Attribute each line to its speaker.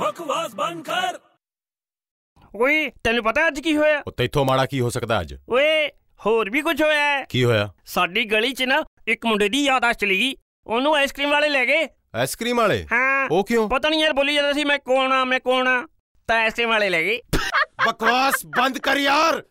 Speaker 1: ਬਕਵਾਸ ਬੰਦ ਕਰ
Speaker 2: ਓਏ ਤੈਨੂੰ ਪਤਾ ਅੱਜ ਕੀ ਹੋਇਆ
Speaker 3: ਉਹ ਤੈਥੋਂ ਮਾੜਾ ਕੀ ਹੋ ਸਕਦਾ ਅੱਜ
Speaker 2: ਓਏ ਹੋਰ ਵੀ ਕੁਝ ਹੋਇਆ ਹੈ।
Speaker 3: ਕੀ ਹੋਇਆ
Speaker 2: ਸਾਡੀ ਗਲੀ 'ਚ ਨਾ ਇੱਕ ਮੁੰਡੇ ਦੀ ਯਾਦਾਸ਼ਤ ਚਲੀ ਗਈ ਉਹਨੂੰ ਆਈਸਕ੍ਰੀਮ ਵਾਲੇ ਲੈ ਗਏ
Speaker 3: ਆਈਸਕ੍ਰੀਮ ਵਾਲੇ
Speaker 2: ਹਾਂ
Speaker 3: ਉਹ ਕਿਉਂ
Speaker 2: ਪਤਾ ਨਹੀਂ ਯਾਰ ਬੋਲੀ ਜਾਂਦਾ ਸੀ ਮੈਂ ਕੌਣ ਆ ਮੈਂ ਕੌਣ ਆ ਤਾਂ ਆਈਸਕ੍ਰੀਮ ਵਾਲੇ ਲੈ ਗਏ
Speaker 3: ਬਕਵਾਸ ਬੰਦ ਕਰ ਯਾਰ